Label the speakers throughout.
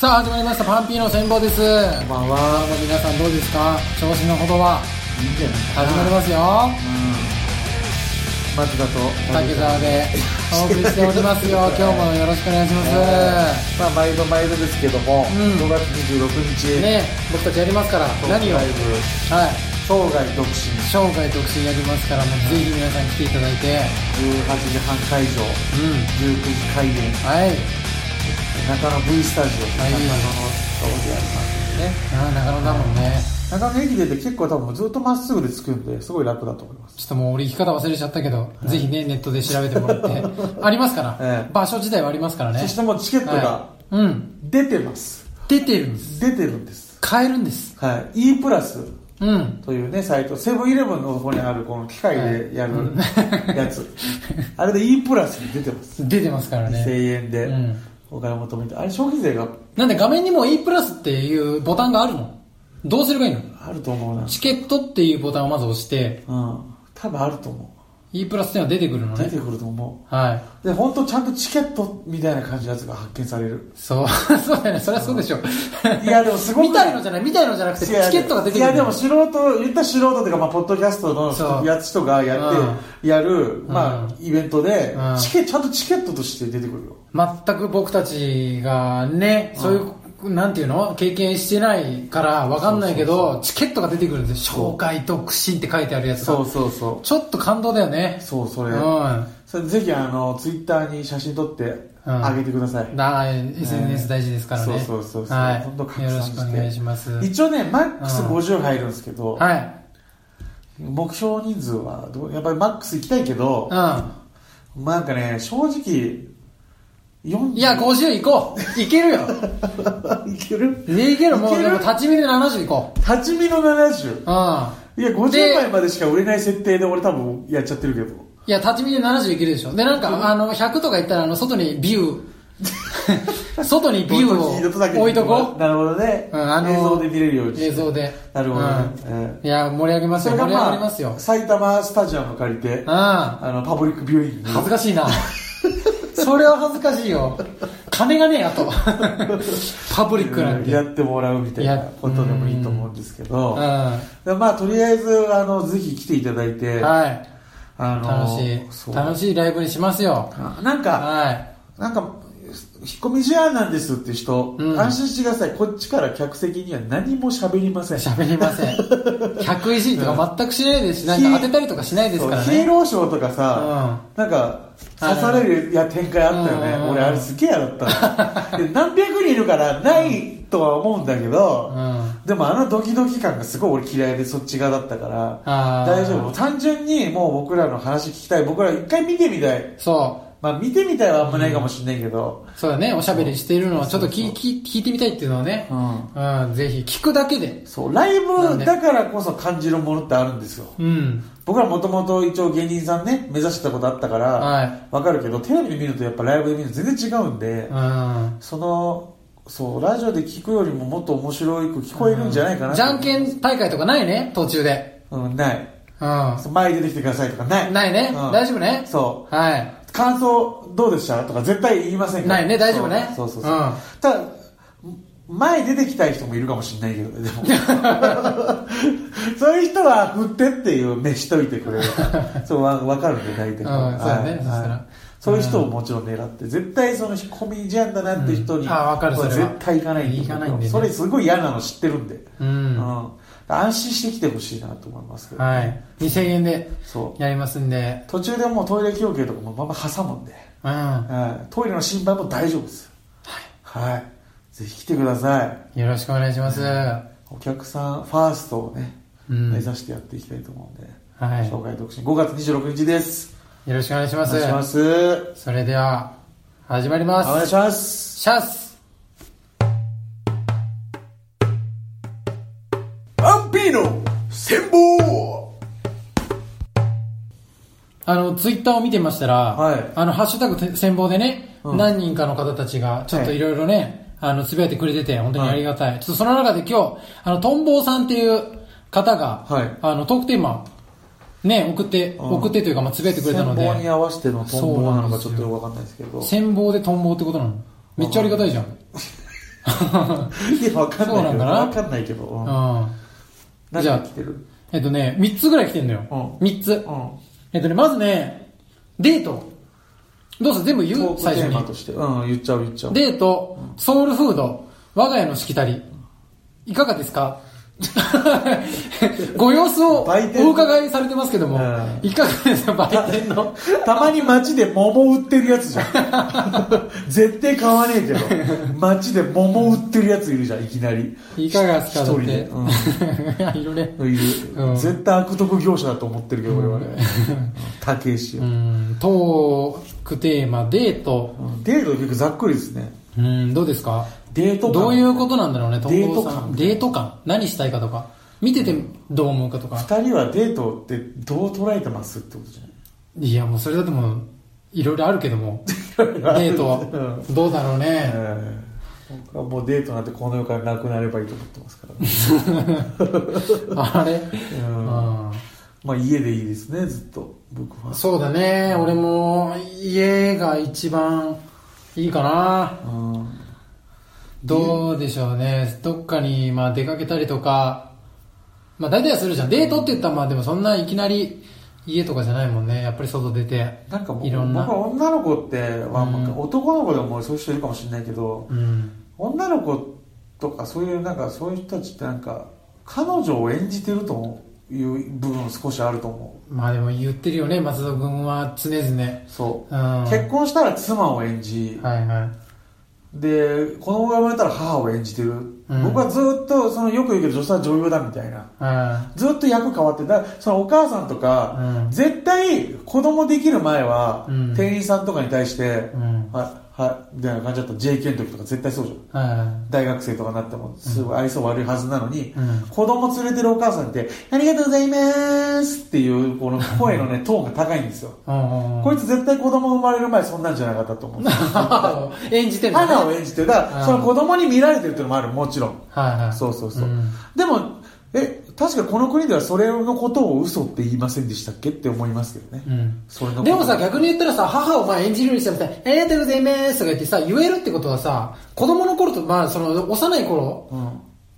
Speaker 1: さあ始まりましたパンピーの戦法ですこんばんは皆さんどうですか調子のほどはい
Speaker 2: いんじゃないかな
Speaker 1: 始まりますよ
Speaker 2: まずだと
Speaker 1: 竹澤でお送りしておりますよ今日もよろしくお願いしま
Speaker 2: え
Speaker 1: す
Speaker 2: ーまあ毎度毎度ですけども、
Speaker 1: ん
Speaker 2: 5月26日、
Speaker 1: ね僕たちやりますから
Speaker 2: トー
Speaker 1: 何
Speaker 2: ク
Speaker 1: をは
Speaker 2: ライ
Speaker 1: い
Speaker 2: ブ生涯独身
Speaker 1: 生涯独身やりますからもうぜひ皆さん来ていただいて
Speaker 2: 18時半会場
Speaker 1: うん
Speaker 2: 19時開演
Speaker 1: はい
Speaker 2: 中野 V スタジオ
Speaker 1: はい
Speaker 2: 中野のところでやりますんでね
Speaker 1: ああ中野だもんね
Speaker 2: 中野駅出て結構多分ずっとまっすぐで着くんですごい楽だと思います
Speaker 1: ちょっともう俺生き方忘れちゃったけど、ぜひねネットで調べてもらってありますから、
Speaker 2: ええ
Speaker 1: 場所自体はありますからね
Speaker 2: そしてもうチケットが
Speaker 1: はい、うん
Speaker 2: 出てます、
Speaker 1: 出てるんです
Speaker 2: 出てるんです
Speaker 1: 買えるんです
Speaker 2: はい E プラス
Speaker 1: うん
Speaker 2: というね、サイト、セブンイレブンの方にあるこの機械でやるやつ、あれで E プラスに出てます。
Speaker 1: 出てますからね
Speaker 2: 2000円で
Speaker 1: うん
Speaker 2: お金求めて、あれ消費税が
Speaker 1: なんで画面にも E プラスっていうボタンがあるのどうすればいいの
Speaker 2: あると思うな。
Speaker 1: チケットっていうボタンをまず押して
Speaker 2: うん。多分あると思
Speaker 1: E プラスっていうのは出てくるの
Speaker 2: う。出
Speaker 1: ね
Speaker 2: てくると思
Speaker 1: は
Speaker 2: う。で、本当ちゃんとチケットみたいな感じのやつが発見される
Speaker 1: い。そうそうだよねそりゃそうでしょ
Speaker 2: いや、でもすごく。
Speaker 1: 見たいのじゃない見たいのじゃなくてチ
Speaker 2: いや
Speaker 1: ケットが出てくる
Speaker 2: いやでも素人言った素人というか、まあ、ポッドキャスト
Speaker 1: そう
Speaker 2: のやつとかやって、やる、まあ、イベントで、
Speaker 1: うん
Speaker 2: チケちゃんとチケットとして出てくるよ
Speaker 1: 全く僕たちがね、そういう、なんていうの経験してないからわかんないけど、チケットが出てくるんですよ。紹介独身って書いてあるやつが。
Speaker 2: そうそうそう
Speaker 1: ちょっと感動だよね。
Speaker 2: そうそうれ、
Speaker 1: ん。だ
Speaker 2: それぜひあのツイッターに写真撮ってあげてください、
Speaker 1: SNS 大事ですからね。
Speaker 2: そうそうそうそう
Speaker 1: は
Speaker 2: 今度拡
Speaker 1: い。
Speaker 2: 散
Speaker 1: よろし
Speaker 2: して
Speaker 1: くお願いします。はい。
Speaker 2: 一応ねマックス50入るんですけど、
Speaker 1: う
Speaker 2: 目標人数はどうやっぱりマックス行きたいけど、
Speaker 1: ん。
Speaker 2: なんかね正直40
Speaker 1: いや、50いこう。いけるよ。
Speaker 2: いける
Speaker 1: ねいける。も、
Speaker 2: いうけ
Speaker 1: で
Speaker 2: る
Speaker 1: も立ち見で70いこう。
Speaker 2: 立ち見の70
Speaker 1: うん。
Speaker 2: いや
Speaker 1: で
Speaker 2: 50枚までしか売れない設定で俺多分やっちゃってるけど
Speaker 1: いや、立ち見で70いけるでしょ。で、なんか、あの、100とかいったら、あの、外にビュー、 外にビューを置いとこ
Speaker 2: なるほどね、
Speaker 1: う。うん、あの、
Speaker 2: 映像で見れるように
Speaker 1: 映像で。
Speaker 2: なるほどね、え
Speaker 1: うん。いや、盛り上げま
Speaker 2: え
Speaker 1: す
Speaker 2: そ
Speaker 1: よ。
Speaker 2: れ
Speaker 1: 盛
Speaker 2: が
Speaker 1: り上がり
Speaker 2: ま
Speaker 1: ますよ
Speaker 2: あ。埼玉スタジアム借りて
Speaker 1: う
Speaker 2: あのパブリックビューイング
Speaker 1: ん。恥ずかしいな。それは恥ずかしいよ。金がねえ、あ と。パブリックなんて。
Speaker 2: や
Speaker 1: うん。
Speaker 2: ってもらうみたいなことでもいいと思うんですけど、
Speaker 1: は
Speaker 2: でまあとりあえずあのぜひ来ていただいて、
Speaker 1: い。
Speaker 2: あ
Speaker 1: 楽
Speaker 2: の
Speaker 1: しい。
Speaker 2: 楽
Speaker 1: 楽しいライブにしますよ。
Speaker 2: なんか
Speaker 1: は
Speaker 2: なんか引っ込み思案なんですっていう人、
Speaker 1: うん
Speaker 2: 安心してくださいこっちから客席には何も喋りませ
Speaker 1: い。
Speaker 2: ん
Speaker 1: 喋りません。100いじりとか全くしないですし、なんか当てたりとかしないですから
Speaker 2: そうヒー
Speaker 1: ね。
Speaker 2: ローショーとかさ、なんか刺されるや展開あったよ
Speaker 1: うんうんう
Speaker 2: ね
Speaker 1: ん
Speaker 2: 俺あれすげえ嫌だったで何百人いるからないとは思うんだけど、
Speaker 1: うん。
Speaker 2: でもあのドキドキ感がすごい俺嫌いでそっち側だったから
Speaker 1: あー
Speaker 2: 大丈夫単純にもう僕らの話聞きたい僕ら一回見てみたい
Speaker 1: そ
Speaker 2: まあ見てみたいはあんまないかもしんないけど
Speaker 1: う。そうだね。おしゃべりしているのをちょっと聞
Speaker 2: そう
Speaker 1: 聞聞いてみたいっていうのをね
Speaker 2: う。ん
Speaker 1: うん、ぜひ。聞くだけで。
Speaker 2: そうライ
Speaker 1: なん
Speaker 2: ブ
Speaker 1: で
Speaker 2: だからこそ感じるものってあるんですよ
Speaker 1: うん。
Speaker 2: 僕らもともと一応芸人さんね目指してたことあったから、
Speaker 1: はい
Speaker 2: わかるけどテレビで見るとやっぱライブで見ると全然違うんで、
Speaker 1: うん。
Speaker 2: そのそうラジオで聞くよりももっと面白く聞こえるんじゃないかな
Speaker 1: じゃんけん大会とかないね途中で。
Speaker 2: うんない
Speaker 1: うん。
Speaker 2: 前に出てきてくださいとかない
Speaker 1: ないね
Speaker 2: うん
Speaker 1: 大丈夫ね
Speaker 2: そう
Speaker 1: は
Speaker 2: 感想どうでしたとか絶対言いませんから
Speaker 1: ないね大丈夫ね
Speaker 2: そうそうそう、
Speaker 1: うん
Speaker 2: ただ前出てきたい人もいるかもしれないけどねで もそういう人は振ってっていう目しといてくれる そうわ分かるんで大体、
Speaker 1: うん
Speaker 2: はい
Speaker 1: そうだね
Speaker 2: はい
Speaker 1: そしたら
Speaker 2: そういう人をもちろん狙って絶対その引っ込み思案だなって人に、
Speaker 1: うんあわかるそれは
Speaker 2: 絶対行かないと思う
Speaker 1: 行かないんでね
Speaker 2: それすごい嫌なの知ってるんで、
Speaker 1: い。う
Speaker 2: うん
Speaker 1: ん。
Speaker 2: 安心してきてほしいなと思いますけど、
Speaker 1: はい。2000円で
Speaker 2: そう
Speaker 1: やりますんで。
Speaker 2: 途中でもうトイレ休憩とかもまんま挟むんで
Speaker 1: うん。
Speaker 2: はいトイレの心配も大丈夫です。はい。ぜひ来てください。
Speaker 1: よろしくお願いします。は
Speaker 2: お客さんファーストをね、
Speaker 1: うん
Speaker 2: 目指してやっていきたいと思うんで、
Speaker 1: い。
Speaker 2: 紹介独身5月26日です。
Speaker 1: よろしくお願いしま。
Speaker 2: お願いしますす。お
Speaker 1: それでは、始まります。
Speaker 2: 願いします。
Speaker 1: シャス
Speaker 2: アンピーの戦法
Speaker 1: あの、ツイッターを見てましたら、
Speaker 2: はい
Speaker 1: あの、ハッシュタグて戦法でね、
Speaker 2: うん
Speaker 1: 何人かの方たちが、ちょっと
Speaker 2: はい
Speaker 1: いろいろね、あの、つぶやいてくれてて、本当にありがたい。ちょっとその中で今日、あの、トンボーさんっていう方が、
Speaker 2: はい
Speaker 1: あの、トークテーマ、ね、送って、
Speaker 2: ん
Speaker 1: 送ってというか、まあ、つぶやいてくれたの
Speaker 2: 戦法に
Speaker 1: で、
Speaker 2: 合わせてのトンボなのかちょ
Speaker 1: そうなんですよ
Speaker 2: っとよくわかんないですけど。
Speaker 1: 戦法でトンボーってことなのめっちゃありがたいじゃん。
Speaker 2: いや、わかん
Speaker 1: そう
Speaker 2: ない
Speaker 1: な
Speaker 2: け
Speaker 1: ん
Speaker 2: ど。
Speaker 1: かな
Speaker 2: わかんないけど。うん
Speaker 1: うん。
Speaker 2: 何
Speaker 1: じゃあ
Speaker 2: が来てる
Speaker 1: えっとね、3つぐらい来てんのよ。
Speaker 2: う
Speaker 1: 3つ
Speaker 2: う。ん。
Speaker 1: えっとね、まずね、デート。どうする全部言
Speaker 2: トー
Speaker 1: う
Speaker 2: ク
Speaker 1: 最
Speaker 2: テ
Speaker 1: 初
Speaker 2: ーマと
Speaker 1: に。
Speaker 2: して。うん、言っちゃう言っちゃう。
Speaker 1: デート、ソウルフード、我が家のしきたり。いかがですか ご様子を
Speaker 2: 売店
Speaker 1: お伺いされてますけども
Speaker 2: うん、
Speaker 1: いかがですか売店の。
Speaker 2: たまに街で桃売ってるやつじゃ ん。絶対買わねえけど。街で桃売ってるやついるじゃん、いきなり。
Speaker 1: いかがですかだ
Speaker 2: 一
Speaker 1: っ
Speaker 2: 人で
Speaker 1: て。 いろいろね。
Speaker 2: うんいる
Speaker 1: うん
Speaker 2: 絶対悪徳業者だと思ってるけど、俺はね。 たけし
Speaker 1: う
Speaker 2: を。
Speaker 1: ん、トークテーマ、デート。
Speaker 2: うんデート結構ざっくりですね。
Speaker 1: うん、どうですか
Speaker 2: デート感
Speaker 1: どういうことなんだろうね、
Speaker 2: デート
Speaker 1: 東郷さ
Speaker 2: 感
Speaker 1: ん。デート感。何したいかとか。見ててどう思うかとか。
Speaker 2: 二人はデートってどう捉えてますってことじゃない
Speaker 1: いや、もうそれだってもう、いろいろあるけ ども。デート、どうだろうね。
Speaker 2: ええ僕はもうデートなんてこの世からなくなればいいと思ってますから、
Speaker 1: あれ、
Speaker 2: うんまあ家でいいですねずっと僕
Speaker 1: う
Speaker 2: は
Speaker 1: んそうだね、俺も、家が一番いいかな。
Speaker 2: うん
Speaker 1: どうでしょうね。どっかに、まあ、出かけたりとか、まあ、大体はするじゃん。デートって言ったら、まあ、でもそんないきなり家とかじゃないもんね。やっぱり外出て。
Speaker 2: なんか僕
Speaker 1: いろんな
Speaker 2: 僕は女の子って、まあ
Speaker 1: うん
Speaker 2: 男の子でもそういう人いるかもしれないけど
Speaker 1: うん。
Speaker 2: 女の子とかそういうなんかそういう人たちってなんか彼女を演じてるという部分少しあると思
Speaker 1: まあ、でも言ってるよね、松戸君は常々。
Speaker 2: うそう、
Speaker 1: うん。
Speaker 2: 結婚したら妻を演じ、
Speaker 1: はいはい。
Speaker 2: で子供が生まれたら母を演じてる、
Speaker 1: うん
Speaker 2: 僕はずっとそのよく言うけど女性は女優だみたいな
Speaker 1: あ
Speaker 2: ずっと役変わってだからそのお母さんと
Speaker 1: あ
Speaker 2: か、絶対子供できる前は、
Speaker 1: うん
Speaker 2: 店員さんとかに対して
Speaker 1: う、ん。うん。
Speaker 2: はいはいみたいな感じだった JK の時とか絶対そうじゃん
Speaker 1: は
Speaker 2: 大学生とかになってもすごい愛想悪いはずなのに、
Speaker 1: い。うん。
Speaker 2: 子供連れてるお母さんって「ありがとうございます」っていうこの声の ねトーンが高いんですよ
Speaker 1: うんうん。
Speaker 2: こいつ絶対子供生まれる前そんなんじゃなかったと思 うんですよ
Speaker 1: 母を 演じてんだね。
Speaker 2: 花を演じてるだか
Speaker 1: う
Speaker 2: ら
Speaker 1: ん
Speaker 2: その子供に見られてるっていうのもあるもちろん
Speaker 1: はいはい。
Speaker 2: そうそうそう、
Speaker 1: ん
Speaker 2: でもえ確かこの国ではそれのことを嘘って言いませんでしたっけって思いますけどね、
Speaker 1: うん。
Speaker 2: それのこと
Speaker 1: でもさ、逆に言ったらさ、母をまあ演じるようにしてもさ、ありがとうございますとか言ってさ、言えるってことはさ、子供の頃と、まあ、その、幼い頃
Speaker 2: うん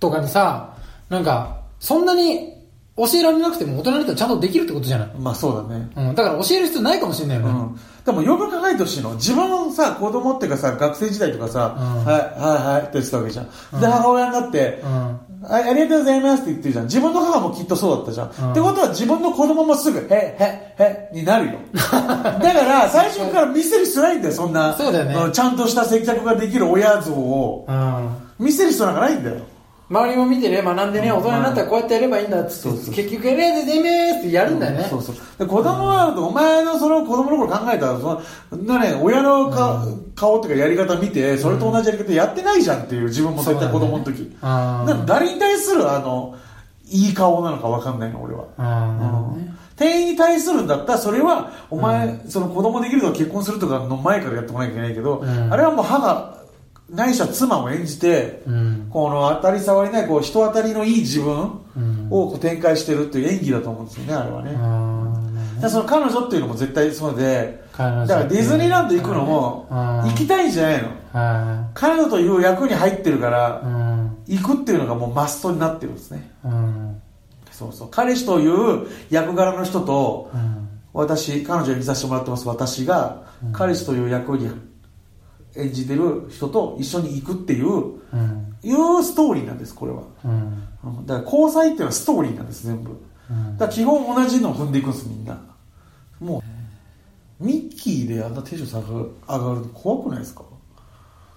Speaker 1: とかにさ、なんか、そんなに教えられなくても大人になったらちゃんとできるってことじゃない
Speaker 2: まあそうだね
Speaker 1: うん。だから教える必要ないかもしれないよ
Speaker 2: う
Speaker 1: ね。
Speaker 2: ん、でもよく考えてほしいの自分のさ子供っていうかさ学生時代とかさ、
Speaker 1: う
Speaker 2: は
Speaker 1: ん
Speaker 2: いはいはいって言ってたわけじゃん、で母親になって、
Speaker 1: うん。
Speaker 2: あありがとうございますって言ってるじゃん自分の母もきっとそうだったじゃん、
Speaker 1: うん
Speaker 2: ってことは自分の子供もすぐ「へへへ」になるよ だから最初から見せる必要ないんだよそんな
Speaker 1: そうだよね
Speaker 2: んちゃんとした接客ができる親像を
Speaker 1: うん。
Speaker 2: 見せる必要なんかないんだよ
Speaker 1: 周りを見てね、学んでね、大人になったらこうやってやればいいんだっつ
Speaker 2: そう
Speaker 1: っ
Speaker 2: そ
Speaker 1: て、
Speaker 2: う
Speaker 1: 結局やりやすいめーってやるんだよね。
Speaker 2: そうそう。で子供は、お前のその子供の頃考えたら、その、なね、親のか、顔っていうかやり方見て、それと同じやり方やってないじゃんっていう、自分も絶対子供の時。
Speaker 1: あ
Speaker 2: なんか誰に対する、あの、いい顔なのかわかんないの、俺は。
Speaker 1: あー、なるほど
Speaker 2: う
Speaker 1: ね
Speaker 2: ん。店員に対するんだったら、それは、お前、その子供できるとか結婚するとかの前からやってこなきゃいけないけど、
Speaker 1: うん
Speaker 2: あれはもう母、ないしは妻を演じて、
Speaker 1: うん。
Speaker 2: この当たり障りない、こう、人当たりのいい自分を
Speaker 1: うん
Speaker 2: こう展開してるっていう演技だと思うんですよね、あれはね。
Speaker 1: あーなるほど
Speaker 2: だからその彼女っていうのも絶対そうで、
Speaker 1: 彼
Speaker 2: だ
Speaker 1: 女
Speaker 2: からディズニーランド行くのも、
Speaker 1: うん
Speaker 2: 行きたいんじゃないの
Speaker 1: は
Speaker 2: 彼女という役に入ってるか
Speaker 1: い。う
Speaker 2: ら、
Speaker 1: ん。
Speaker 2: 行くっていうのがもうマストになってるんですね。
Speaker 1: うん。
Speaker 2: そうそう。彼氏という役柄の人と、
Speaker 1: うん。
Speaker 2: 私、彼女に見させてもらってます、私が、彼氏という役に演じてる人と一緒に行くっていう、
Speaker 1: うん。
Speaker 2: いうストーリーなんです、これは。
Speaker 1: うん。
Speaker 2: うんだから交際っていうのはストーリーなんです、全部。
Speaker 1: うん
Speaker 2: だから基本同じのを踏んでいくんですみんなもうミッキーであんなテンション上がるの怖くないですか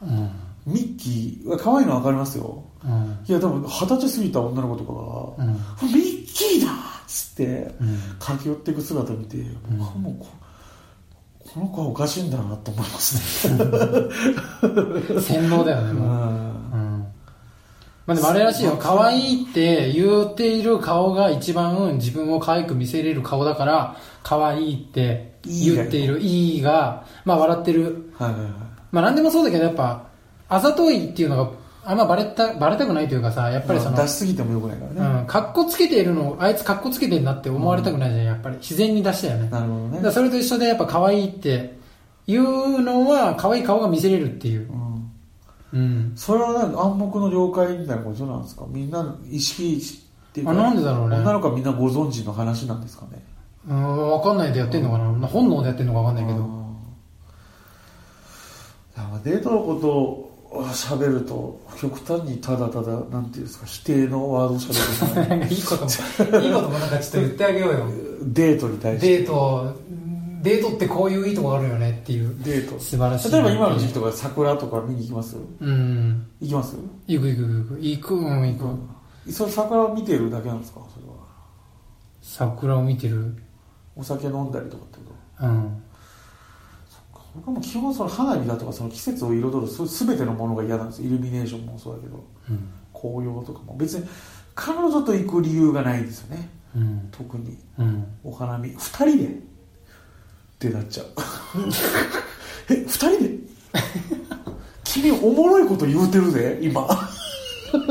Speaker 1: うん。
Speaker 2: ミッキー可愛いの分かりますよ
Speaker 1: うん。
Speaker 2: いや多分二十歳過ぎた女の子とか
Speaker 1: うん。
Speaker 2: が「ミッキーだ!」っつって
Speaker 1: うん
Speaker 2: 駆け寄っていく姿見て僕はもうここの子はおかしいんだなと思いますね
Speaker 1: 洗脳だよね、
Speaker 2: う
Speaker 1: もう。うん
Speaker 2: ん。
Speaker 1: まあでもあれらしいよ、可愛いって言っている顔が一番自分を可愛く見せれる顔だから、可愛いって言っている、いいが、まあ笑ってる。
Speaker 2: はいはいはい
Speaker 1: まあ何でもそうだけど、やっぱ、あざといっていうのが、あんまバレた、バレたくないというかさ、やっぱりその
Speaker 2: 出、しすぎてもよくないからね、
Speaker 1: うん、かっこつけているのを、あいつかっこつけてるなって思われたくないじゃん、やっぱり。自然に出したよね。
Speaker 2: なるほど
Speaker 1: だ
Speaker 2: ね
Speaker 1: からそれと一緒でやっぱ可愛いっていうのは可愛い顔が見せれるっていううんうん。
Speaker 2: それはなんか暗黙の了解みたいなことなんですかみんな意識っていうか
Speaker 1: あなんでだろうね
Speaker 2: 女の子はみんなご存知の話なんですかね
Speaker 1: うん、わかんないでやってんのかな。本能でやってんのかわかんないけ
Speaker 2: あ
Speaker 1: ど。
Speaker 2: ーなんかデートのことを喋ると極端にただただなんていうんですか否定のワードしか出てこ
Speaker 1: な
Speaker 2: ない
Speaker 1: んか いいことも、いいこともなんかちょっと言ってあげようよ。
Speaker 2: デートに対して
Speaker 1: デート、デートってこういういいとこあるよねっていう。
Speaker 2: デート
Speaker 1: 素晴らしい。
Speaker 2: 例えば今の時期とか桜とか見に行きます
Speaker 1: うん。
Speaker 2: 行きます
Speaker 1: 行く行く行く。行く、うん、行く。
Speaker 2: それ桜を見てるだけなんですかそれは
Speaker 1: 桜を見てる。
Speaker 2: お酒飲んだりとかってこと
Speaker 1: うん。
Speaker 2: 僕はもう基本その花火だとかその季節を彩るそう全てのものが嫌なんですイルミネーションもそうだけど
Speaker 1: うん。
Speaker 2: 紅葉とかも別に彼女と行く理由がないんですよね
Speaker 1: うん。
Speaker 2: 特に
Speaker 1: うん。
Speaker 2: お花見2人でってなっちゃう え2人で君おもろいこと言うてるぜ今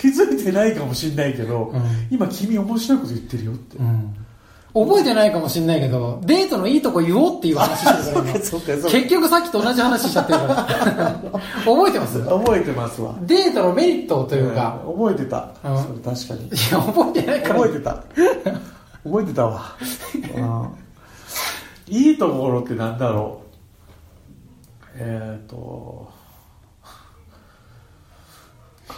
Speaker 2: 気づいてないかもしんないけど、
Speaker 1: うん
Speaker 2: 今君面白いこと言ってるよって、。
Speaker 1: うん。覚えてないかもしれないけど、デートのいいとこ言おうっていう話してるから今
Speaker 2: そうかそうか
Speaker 1: 結局さっきと同じ話しちゃってるから 覚えてます
Speaker 2: 覚えてますわ
Speaker 1: デートのメリットというか、
Speaker 2: うん覚えてた、
Speaker 1: うん
Speaker 2: それ確かに
Speaker 1: いや覚えてないから
Speaker 2: 覚えてた覚えてたわ、うん、いいところってなんだろうえっ、ー、と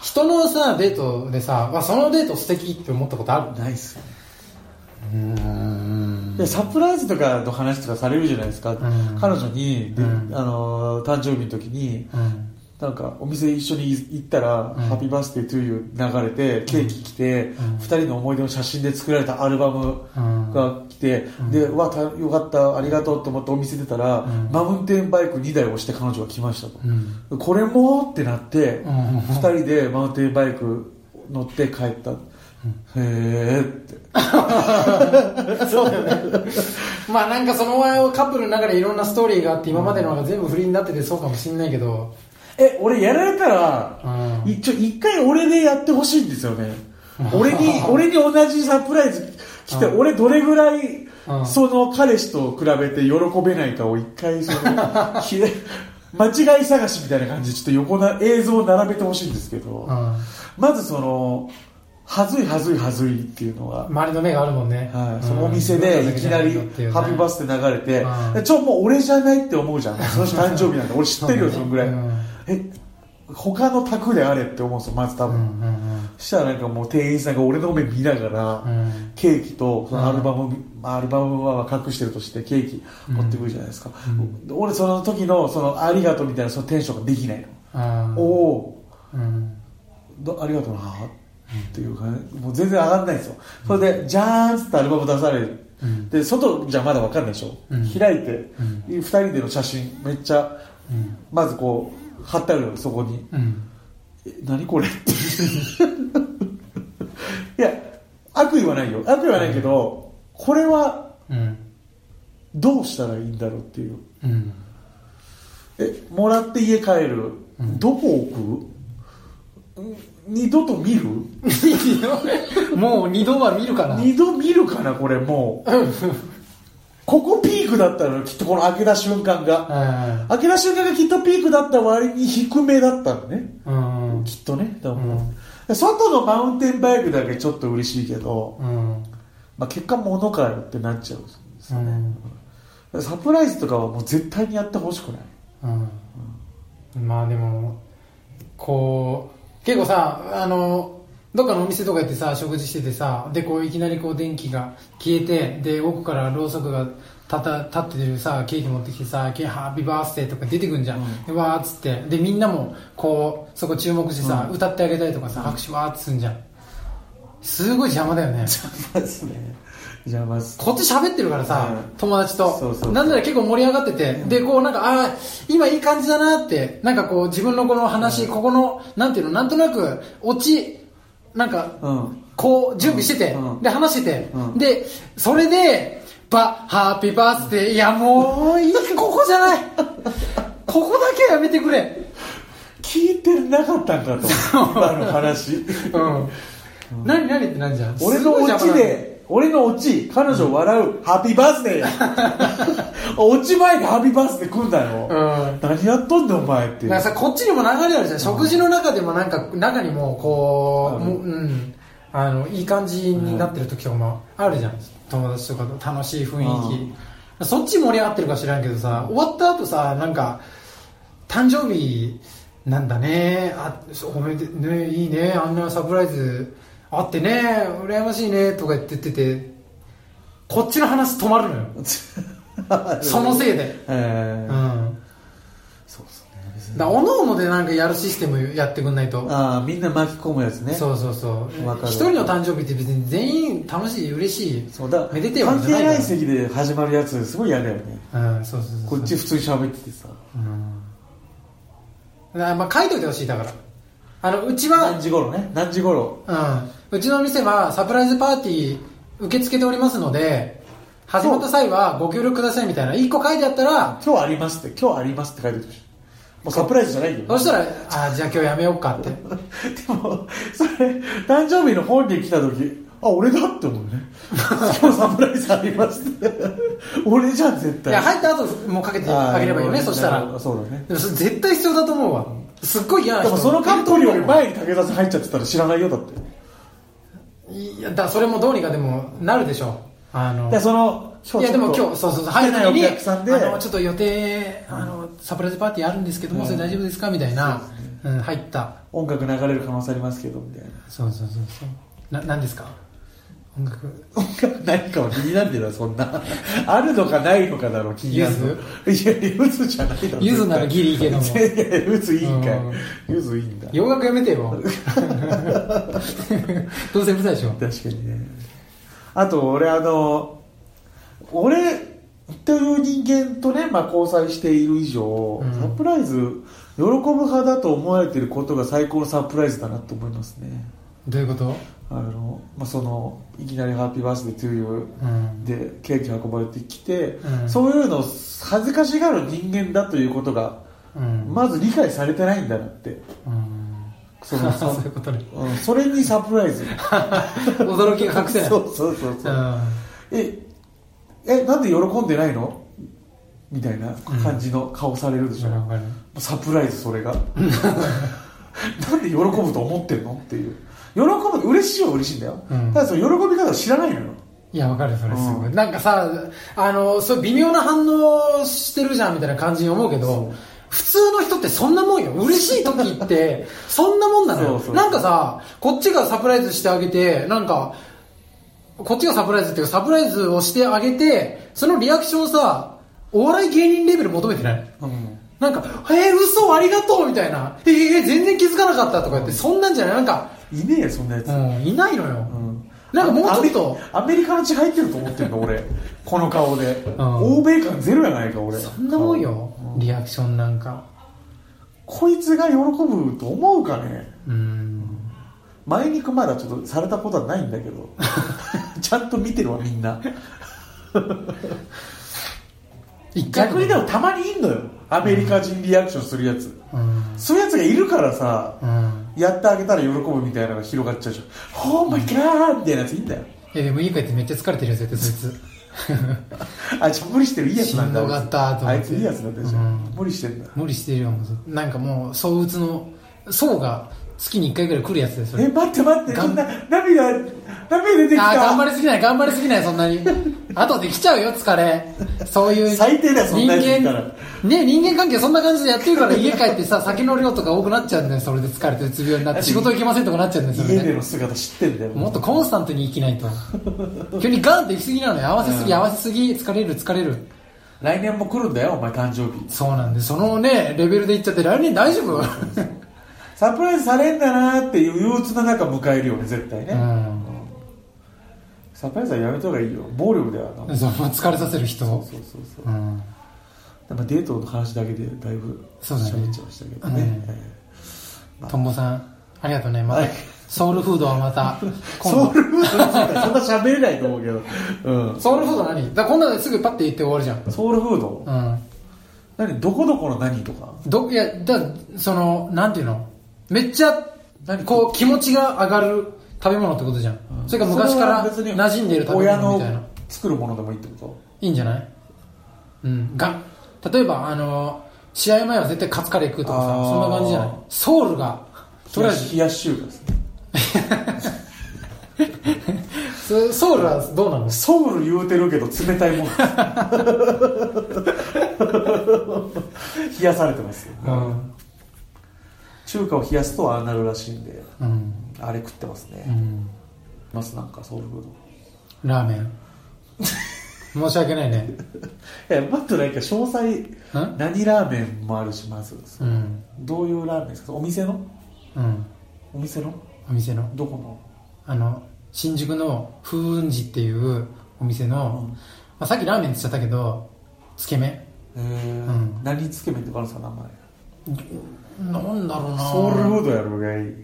Speaker 1: 人のさデートでさ、まあ、そのデート素敵って思ったことあ
Speaker 2: ないっすね
Speaker 1: るうん
Speaker 2: でサプライズとかの話とかされるじゃないですか、
Speaker 1: ん
Speaker 2: 彼女に、で
Speaker 1: うん
Speaker 2: あのー誕生日の時に
Speaker 1: うん
Speaker 2: なんかお店一緒に行ったら「
Speaker 1: ん
Speaker 2: ハッピーバースデートゥーユー」流れてケーキ来て、
Speaker 1: ん
Speaker 2: 2人の思い出の写真で作られたアルバム
Speaker 1: うん
Speaker 2: が来て、でうわたよかったありがとうと思ってお店出たら、
Speaker 1: ん
Speaker 2: マウンテンバイク2台をして彼女が来ましたと、
Speaker 1: うん
Speaker 2: これもってなって、
Speaker 1: う
Speaker 2: 二
Speaker 1: ん
Speaker 2: 2人でマウンテンバイク乗って帰った、へえって
Speaker 1: そうだよねまあなんかその前をカップルの中でいろんなストーリーがあって今までのが全部不倫になっててそうかもしんないけど
Speaker 2: え俺やられたら
Speaker 1: うん
Speaker 2: いちょ一回俺でやってほしいんですよね俺 に俺に同じサプライズ来て、
Speaker 1: うん
Speaker 2: 俺どれぐらい、
Speaker 1: うん
Speaker 2: その彼氏と比べて喜べないかを一回そ のひ間違い探しみたいな感じでちょっと横な映像を並べてほしいんですけど、
Speaker 1: うん
Speaker 2: まずそのはずいはずいはずいっていうのが、
Speaker 1: 周りの目があるもんね、
Speaker 2: はい、
Speaker 1: うん
Speaker 2: そのお店でいきなり「ハッピーバースデー」流れて、
Speaker 1: うん
Speaker 2: ちょもう俺じゃないって思うじゃんその人 誕生日なんで俺知ってるよそのぐらい、
Speaker 1: うん
Speaker 2: え他の宅であれって思うんですよまず多
Speaker 1: うん
Speaker 2: 分、
Speaker 1: うん
Speaker 2: そしたらなんかもう店員さんが俺の目見ながら、
Speaker 1: うんうん
Speaker 2: ケーキとそのアルバム、まあアルバムは隠してるとしてケーキ持ってくるじゃないですか、俺その時のそのありがとうみたいなそのテンションができないの、
Speaker 1: あー
Speaker 2: おお
Speaker 1: うん
Speaker 2: どありがとうなっていう感じもう全然上がんないんですよそれで「じゃーん」っつってアルバム出される、
Speaker 1: うん
Speaker 2: で外じゃまだ分かんないでしょ、
Speaker 1: うん
Speaker 2: 開いて、
Speaker 1: うん
Speaker 2: 二2人での写真めっちゃ
Speaker 1: うん
Speaker 2: まずこう貼ってあるのそこに
Speaker 1: うん
Speaker 2: え何これっていや悪意はないよ悪意はないけど、これは
Speaker 1: うん
Speaker 2: どうしたらいいんだろうっていう
Speaker 1: うん
Speaker 2: えもらって家帰る、どこ置くん二度と見る
Speaker 1: もう二度は見るかな
Speaker 2: 二度見るかなこれも うここピークだったのよきっとこの開けた瞬間が
Speaker 1: う
Speaker 2: 開けた瞬間がきっとピークだった割に低めだったのね
Speaker 1: んうん
Speaker 2: きっとね多
Speaker 1: う
Speaker 2: 分、外のマウンテンバイクだけちょっと嬉しいけど、
Speaker 1: うん
Speaker 2: まあ、結果物からよってなっちゃうんです
Speaker 1: う
Speaker 2: よね、
Speaker 1: ん
Speaker 2: サプライズとかはもう絶対にやってほしくない
Speaker 1: うんまあでもこう結構さあのどっかのお店とか行ってさ食事しててさでこういきなりこう電気が消えてで奥からろうそくが立た立ってるさケーキ持ってきてさ「ケーキハッピーバースデー」とか出てくんじゃん、
Speaker 2: うん
Speaker 1: でわーっつってでみんなもこうそこ注目してさ、歌ってあげたりとかさ拍手わーっつすんじゃんすごい邪魔だ よね
Speaker 2: そうですね邪魔っす
Speaker 1: こっち喋ってるからさ、
Speaker 2: うん
Speaker 1: 友達と
Speaker 2: そうそうそう
Speaker 1: なんなら結構盛り上がってて、でこうなんかああ今いい感じだなってなんかこう自分のこの話、ここのなんていうのなんとなく落ちなんか、
Speaker 2: うん
Speaker 1: こう準備してて、
Speaker 2: うんうん
Speaker 1: で話してて、
Speaker 2: うん
Speaker 1: でそれでばハッピーバースデーいやも ういいここじゃないここだけはやめてくれ
Speaker 2: 聞いてなかったんだと今の話
Speaker 1: うん何何ってなんじゃん
Speaker 2: 俺
Speaker 1: す
Speaker 2: の
Speaker 1: ごい
Speaker 2: オ
Speaker 1: 邪
Speaker 2: チ
Speaker 1: 魔なの
Speaker 2: で俺のオチ、彼女笑う、ハッピーバースデ ーオチ前にハッピーバースデー来んだよ。
Speaker 1: うん
Speaker 2: 何やっとんねん、お前って。
Speaker 1: なんかさこっちにも流れあるじゃん、食事の中でもなんか中にもこう、
Speaker 2: うん
Speaker 1: もううんあのいい感じになってる時とかもあるじゃん、友達とかと楽しい雰囲気、そっち盛り上がってるか知らんけどさ終わった後さなんか誕生日なんだねあそうおめでねいいねあんなサプライズあってね羨ましいねとか言ってててこっちの話止まるのよそのせいでう
Speaker 2: えー
Speaker 1: ん
Speaker 2: そうですね別に。
Speaker 1: だおのおのでなんかやるシステムやってくんないと、
Speaker 2: ああ、みんな巻き込むやつね。
Speaker 1: そうそうそう
Speaker 2: わかる
Speaker 1: 一人の誕生日って別に全員楽しい嬉しい
Speaker 2: そうだ
Speaker 1: めでてえわ
Speaker 2: 関
Speaker 1: けじゃ
Speaker 2: 係
Speaker 1: ないか
Speaker 2: な
Speaker 1: ら
Speaker 2: い席で始まるやつ、すごい嫌だよね。
Speaker 1: うんそうそうそう
Speaker 2: こっち普通に喋っててさ。
Speaker 1: うんだからまあ書いといてほしいだからあのうちは
Speaker 2: 何時頃ね。何時頃。
Speaker 1: うんうちの店はサプライズパーティー受け付けておりますので始まった際はご協力くださいみたいな一個書いてあったら
Speaker 2: 今日ありますって、今日ありますって書いてるしい。もうサプライズじゃないよ。
Speaker 1: そしたらあじゃあ今日やめようかって
Speaker 2: でも、それ、誕生日の本人来た時、あ、俺だって思う ね。今日サプライズありますって。俺じゃん、絶
Speaker 1: い
Speaker 2: 対。
Speaker 1: や入った後もうかけてあげればいいよね
Speaker 2: あー
Speaker 1: そしたら
Speaker 2: そうだね。
Speaker 1: でもそれ絶対必要だと思うわすっごい嫌な
Speaker 2: で
Speaker 1: 人
Speaker 2: もそのカップルより前に武田さん入っちゃってたら知らないよ、だって。
Speaker 1: いやだからそれもどうにかでもなるでしょあの
Speaker 2: で、その、
Speaker 1: いやでも今日そうそうそう入
Speaker 2: 入
Speaker 1: る
Speaker 2: らない
Speaker 1: 時
Speaker 2: お
Speaker 1: に
Speaker 2: 客さんで、
Speaker 1: あのちょっと予定あのサプライズパーティーあるんですけども、
Speaker 2: うん
Speaker 1: それ大丈夫ですかみたいな、うん、入った
Speaker 2: 音楽流れる可能性ありますけど、みたいな。
Speaker 1: そうそうそうそうな何ですか音楽
Speaker 2: 音楽ないかは気になるけど、そんな。 あるのかないのかだろう、気になるの。いや、ゆずじゃないだろ。
Speaker 1: ゆずならギリいけども
Speaker 2: 絶対いや、ゆずいいんかい
Speaker 1: うん。
Speaker 2: ゆずいいんだ。
Speaker 1: 洋楽やめ てよどうせうるさいでしょ
Speaker 2: 確かにねあと俺あの俺という人間とね、まあ、交際している以上、
Speaker 1: うん
Speaker 2: サプライズ喜ぶ派だと思われてることが最高のサプライズだなと思いますね
Speaker 1: どういうこと
Speaker 2: あの、まあ、そのいきなり「ハッピーバースデートゥーユ
Speaker 1: う
Speaker 2: ー」
Speaker 1: ん
Speaker 2: でケーキ運ばれてきて、
Speaker 1: うん
Speaker 2: そういうのを恥ずかしがる人間だということが
Speaker 1: うん
Speaker 2: まず理解されてないんだなって
Speaker 1: うん
Speaker 2: その
Speaker 1: そういうことね
Speaker 2: うんそれにサプライズ
Speaker 1: 驚き が隠せない
Speaker 2: そうそうそうそう、
Speaker 1: うん
Speaker 2: え、え、なんで喜んでないのみたいな感じの顔されるでしょ、
Speaker 1: わかる
Speaker 2: サプライズそれが なんで喜ぶと思ってんのっていう喜ぶ嬉しいは嬉しいんだよ、
Speaker 1: うん
Speaker 2: ただその喜び方を知らないのよ
Speaker 1: いや、わかる、それすごい。
Speaker 2: うん
Speaker 1: なんかさ、あの、そう微妙な反応してるじゃんみたいな感じに思うけど、普通の人ってそんなもんよ。嬉しい時って、 そんなもんなのよ
Speaker 2: そうそうそう
Speaker 1: なんかさ、こっちがサプライズしてあげて、なんか、こっちがサプライズっていうか、サプライズをしてあげて、そのリアクションをさ、お笑い芸人レベル求めてない
Speaker 2: うん
Speaker 1: なんか、えー、嘘ありがとうみたいな。えー、全然気づかなかったとか言って、そんなんじゃないなんか、
Speaker 2: いねえよそんなやつ、
Speaker 1: うん、いないのよ。
Speaker 2: うん
Speaker 1: なんかもうちょっと
Speaker 2: アメアメリカの血入ってると思ってんの 俺この顔で、欧米感ゼロやないか俺
Speaker 1: そんなもんよ、
Speaker 2: うん
Speaker 1: リアクションなんか。
Speaker 2: こいつが喜ぶと思うかね
Speaker 1: うん。
Speaker 2: 前に行くまだちょっとされたことはないんだけ どちゃんと見てるわみんな
Speaker 1: 一回
Speaker 2: 逆にでもたまにいんのよアメリカ人リアクションするやつ
Speaker 1: うん。
Speaker 2: そういうやつがいるからさ
Speaker 1: うん。
Speaker 2: やってあげたら喜ぶみたいなのが広がっちゃうじゃん「Oh my god!」みたいなやついいんだよ
Speaker 1: え、でも家帰ってめっちゃ疲れてるやつやって、そいつ。
Speaker 2: あちょ無理してるいいやつなんだ
Speaker 1: しんどかったと
Speaker 2: あ
Speaker 1: 思って
Speaker 2: いついいやつなんだじゃ
Speaker 1: うん
Speaker 2: ん無理してんだ
Speaker 1: 無理してるよ、もうずっと。なんかもう、相うつの、層が月に一回ぐらい来るやつだよ、それ。
Speaker 2: え
Speaker 1: あ
Speaker 2: 待って待って
Speaker 1: がん
Speaker 2: そんな涙涙出てき
Speaker 1: ー、頑張
Speaker 2: た
Speaker 1: りすぎない、頑張りすぎない、そんなに。 あとできちゃうよ、疲れ。そういう。
Speaker 2: 最低だよそんなやつい
Speaker 1: 人
Speaker 2: たら
Speaker 1: 間、ね、人間関係そんな感じでやってるから、家帰ってさ、酒の量とか多くなっちゃうんだよ、それで疲れて、うつ病になって。仕事行けませんとかなっちゃうんだよ、それ
Speaker 2: 家
Speaker 1: で
Speaker 2: で。の姿知ってんだよ
Speaker 1: もっとコンスタントに生きないと急にガンって行き過ぎなのよ合わせすぎ、
Speaker 2: うん
Speaker 1: 合わせすぎ疲れる疲れる
Speaker 2: 来年も来るんだよお前誕生日
Speaker 1: そうなんでそのねレベルでいっちゃって来年大丈夫
Speaker 2: サプライズされんだなーっていう憂鬱な中迎えるよね絶対ね、
Speaker 1: うん
Speaker 2: サプライズはやめた方がいいよ暴力だよな
Speaker 1: そう疲れさせる人
Speaker 2: そうそうそうそう
Speaker 1: うん
Speaker 2: でもデートの話だけでだいぶ
Speaker 1: そうだね
Speaker 2: 喋っちゃいましたけどね
Speaker 1: うん
Speaker 2: え
Speaker 1: トンボさんありがとうねまた、
Speaker 2: はい
Speaker 1: ソウルフードはま た
Speaker 2: え
Speaker 1: 今
Speaker 2: ソウ
Speaker 1: 度
Speaker 2: ルフードについてはそんな喋れないと思うけど、うん、
Speaker 1: ソウルフード何だからこんなのすぐパッて言って終わるじゃん
Speaker 2: ソウルフード
Speaker 1: うん
Speaker 2: 何どこどこの何とか
Speaker 1: どいやだそのなんていうのめっちゃ
Speaker 2: 何
Speaker 1: こう気持ちが上がる食べ物ってことじゃん、それが昔から
Speaker 2: それは別に
Speaker 1: 馴染んでいる食べ
Speaker 2: 親
Speaker 1: 物みたいな
Speaker 2: の作るものでもいいってこ
Speaker 1: いいんじゃないうんが例えばあの試合前は絶対カツカレー食うとか
Speaker 2: あ
Speaker 1: さ
Speaker 2: ー
Speaker 1: そんな感じじゃないソウルが
Speaker 2: と
Speaker 1: とりあえず
Speaker 2: 冷やし中華ですね
Speaker 1: そソウルはどうなの
Speaker 2: ソウル言うてるけど冷たいもの 冷やされてますよ
Speaker 1: うん
Speaker 2: 中華を冷やすとああなるらしいんで
Speaker 1: うん、
Speaker 2: あれ食ってますね、
Speaker 1: う
Speaker 2: い
Speaker 1: ん、
Speaker 2: ますなんかソウルフード
Speaker 1: ラーメン申し訳ないね
Speaker 2: えまずなんか詳細
Speaker 1: うん
Speaker 2: 何ラーメンもあるしまず
Speaker 1: うん
Speaker 2: どういうラーメンですかお店の
Speaker 1: うん
Speaker 2: お店の
Speaker 1: お店の
Speaker 2: どこの
Speaker 1: あの新宿の風雲寺っていうお店の、
Speaker 2: うん
Speaker 1: まあ、さっきラーメンって言っちゃったけどつけ麺
Speaker 2: えー
Speaker 1: うん
Speaker 2: 何つけ麺とかあるんですか名前
Speaker 1: なんだろうな
Speaker 2: ソウルフードやろがいい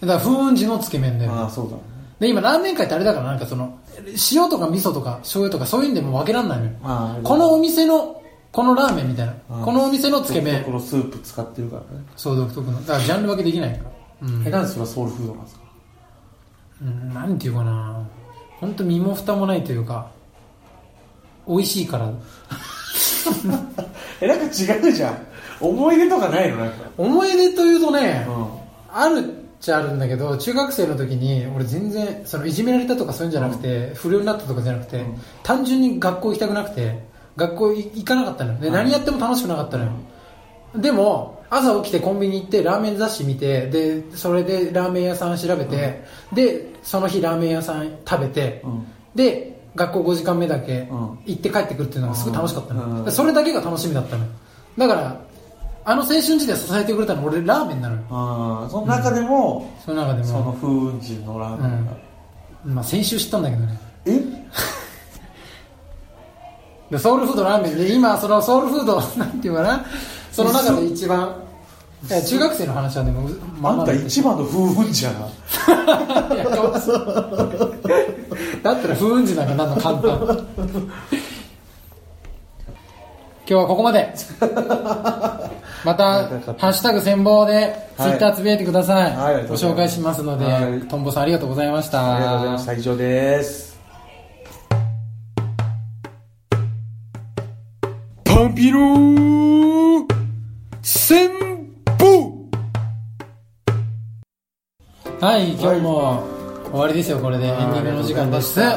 Speaker 1: だから風雲寺のつけ麺だよ
Speaker 2: ああそうだね
Speaker 1: で今ラーメン界ってあれだからなんかその塩とか味噌とか醤油とかそういうんでも分けらんないのよ
Speaker 2: まあ
Speaker 1: このお店のこのラーメンみたいな
Speaker 2: うん
Speaker 1: このお店のつけ麺
Speaker 2: このスープ使ってるからね
Speaker 1: そう独特のだからジャンル分けできないからうん
Speaker 2: えなんでそれはソウルフードなんですか
Speaker 1: うんなんていうかな本当身も蓋もないというか美味しいから
Speaker 2: えなんか違うじゃん思い出とかないのなんか
Speaker 1: 思い出というとね、
Speaker 2: う
Speaker 1: あるっちゃあるんだけど中学生の時に俺全然そのいじめられたとかそういうんじゃなくて、不良になったとかじゃなくて、
Speaker 2: うん
Speaker 1: 単純に学校行きたくなくて学校行かなかったのよで、
Speaker 2: はい
Speaker 1: 何やっても楽しくなかったのよ、でも朝起きてコンビニ行ってラーメン雑誌見てでそれでラーメン屋さん調べて、でその日ラーメン屋さん食べて、
Speaker 2: ん、うん、
Speaker 1: で学校5時間目だけ
Speaker 2: うん
Speaker 1: 行って帰ってくるっていうのがすごい楽しかったの、
Speaker 2: うん
Speaker 1: でそれだけが楽しみだったのだからあの青春時代支えてくれたの俺ラーメンなのよ
Speaker 2: あーその中でも、
Speaker 1: その中で
Speaker 2: その
Speaker 1: も、
Speaker 2: 風雲児のラーメンが、
Speaker 1: まあ、先週知ったんだけどね
Speaker 2: え
Speaker 1: でソウルフードラーメンで今そのソウルフード なんていうかなその中で一番いや中学生の話はでもうま
Speaker 2: あ
Speaker 1: あま
Speaker 2: ん
Speaker 1: あ
Speaker 2: た一番の風雲児やな
Speaker 1: いやどうぞだったら不運時なんかなんの簡単今日はここまでまた
Speaker 2: 長かっ
Speaker 1: 「
Speaker 2: た
Speaker 1: ハッシュタグ戦望」でツイッターつぶやいてください、
Speaker 2: はいありがと
Speaker 1: ご
Speaker 2: うございます
Speaker 1: 紹介しますので、
Speaker 2: はい
Speaker 1: トンボさんありがとうございました
Speaker 2: ありがとうございました以上ですパンピロー戦法
Speaker 1: はい今日も終わりですよこれでエンディングの時間です
Speaker 2: うん
Speaker 1: うん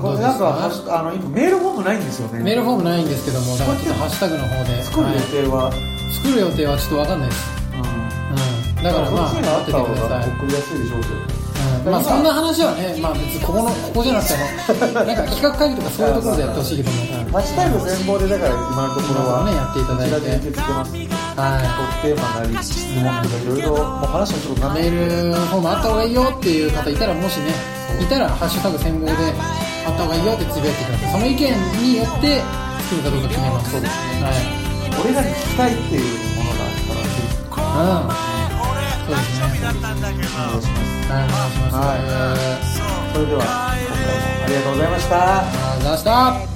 Speaker 2: こ
Speaker 1: どう
Speaker 2: れ
Speaker 1: で
Speaker 2: な
Speaker 1: す
Speaker 2: んか
Speaker 1: か
Speaker 2: ハッシュあの今メールフォームないんですよね
Speaker 1: メールフォームないんですけどもだからちょっとハッシュタグの方で
Speaker 2: 作る
Speaker 1: はい
Speaker 2: 予定は、
Speaker 1: 作る予定はちょっと分かんないです、うん、だからまあ
Speaker 2: こっちに
Speaker 1: 待
Speaker 2: あっ
Speaker 1: って
Speaker 2: た
Speaker 1: て
Speaker 2: 方
Speaker 1: くだ
Speaker 2: が
Speaker 1: さい
Speaker 2: 送りやすいでしょうけど
Speaker 1: うんまあそんな話はね、まあ、別にここのここじゃなくても なんか企画会議とかそういうところでやってほしいけども、
Speaker 2: ハッシュタグ全貌でだから今のところは、
Speaker 1: ねやっていただいて
Speaker 2: こちらで受け付けます。
Speaker 1: は
Speaker 2: トークテーマなり、質問なり、いろいろ、もう話したこと
Speaker 1: い、
Speaker 2: 何で
Speaker 1: メ
Speaker 2: も
Speaker 1: ールフォームあった方がいいよっていう方いたらもしねいたら「ハッシュタグ戦望」であった方がいいよってつぶやいてくださいその意見によって作るかどうか決めますそうですねはい
Speaker 2: 俺らに聞きたいっていうものがあったら、ぜひ
Speaker 1: うんそうですね
Speaker 2: お願いします。
Speaker 1: はいお願いしま
Speaker 2: はいそれ
Speaker 1: す、ありがとう
Speaker 2: では、今回もありがとうございました。
Speaker 1: ございました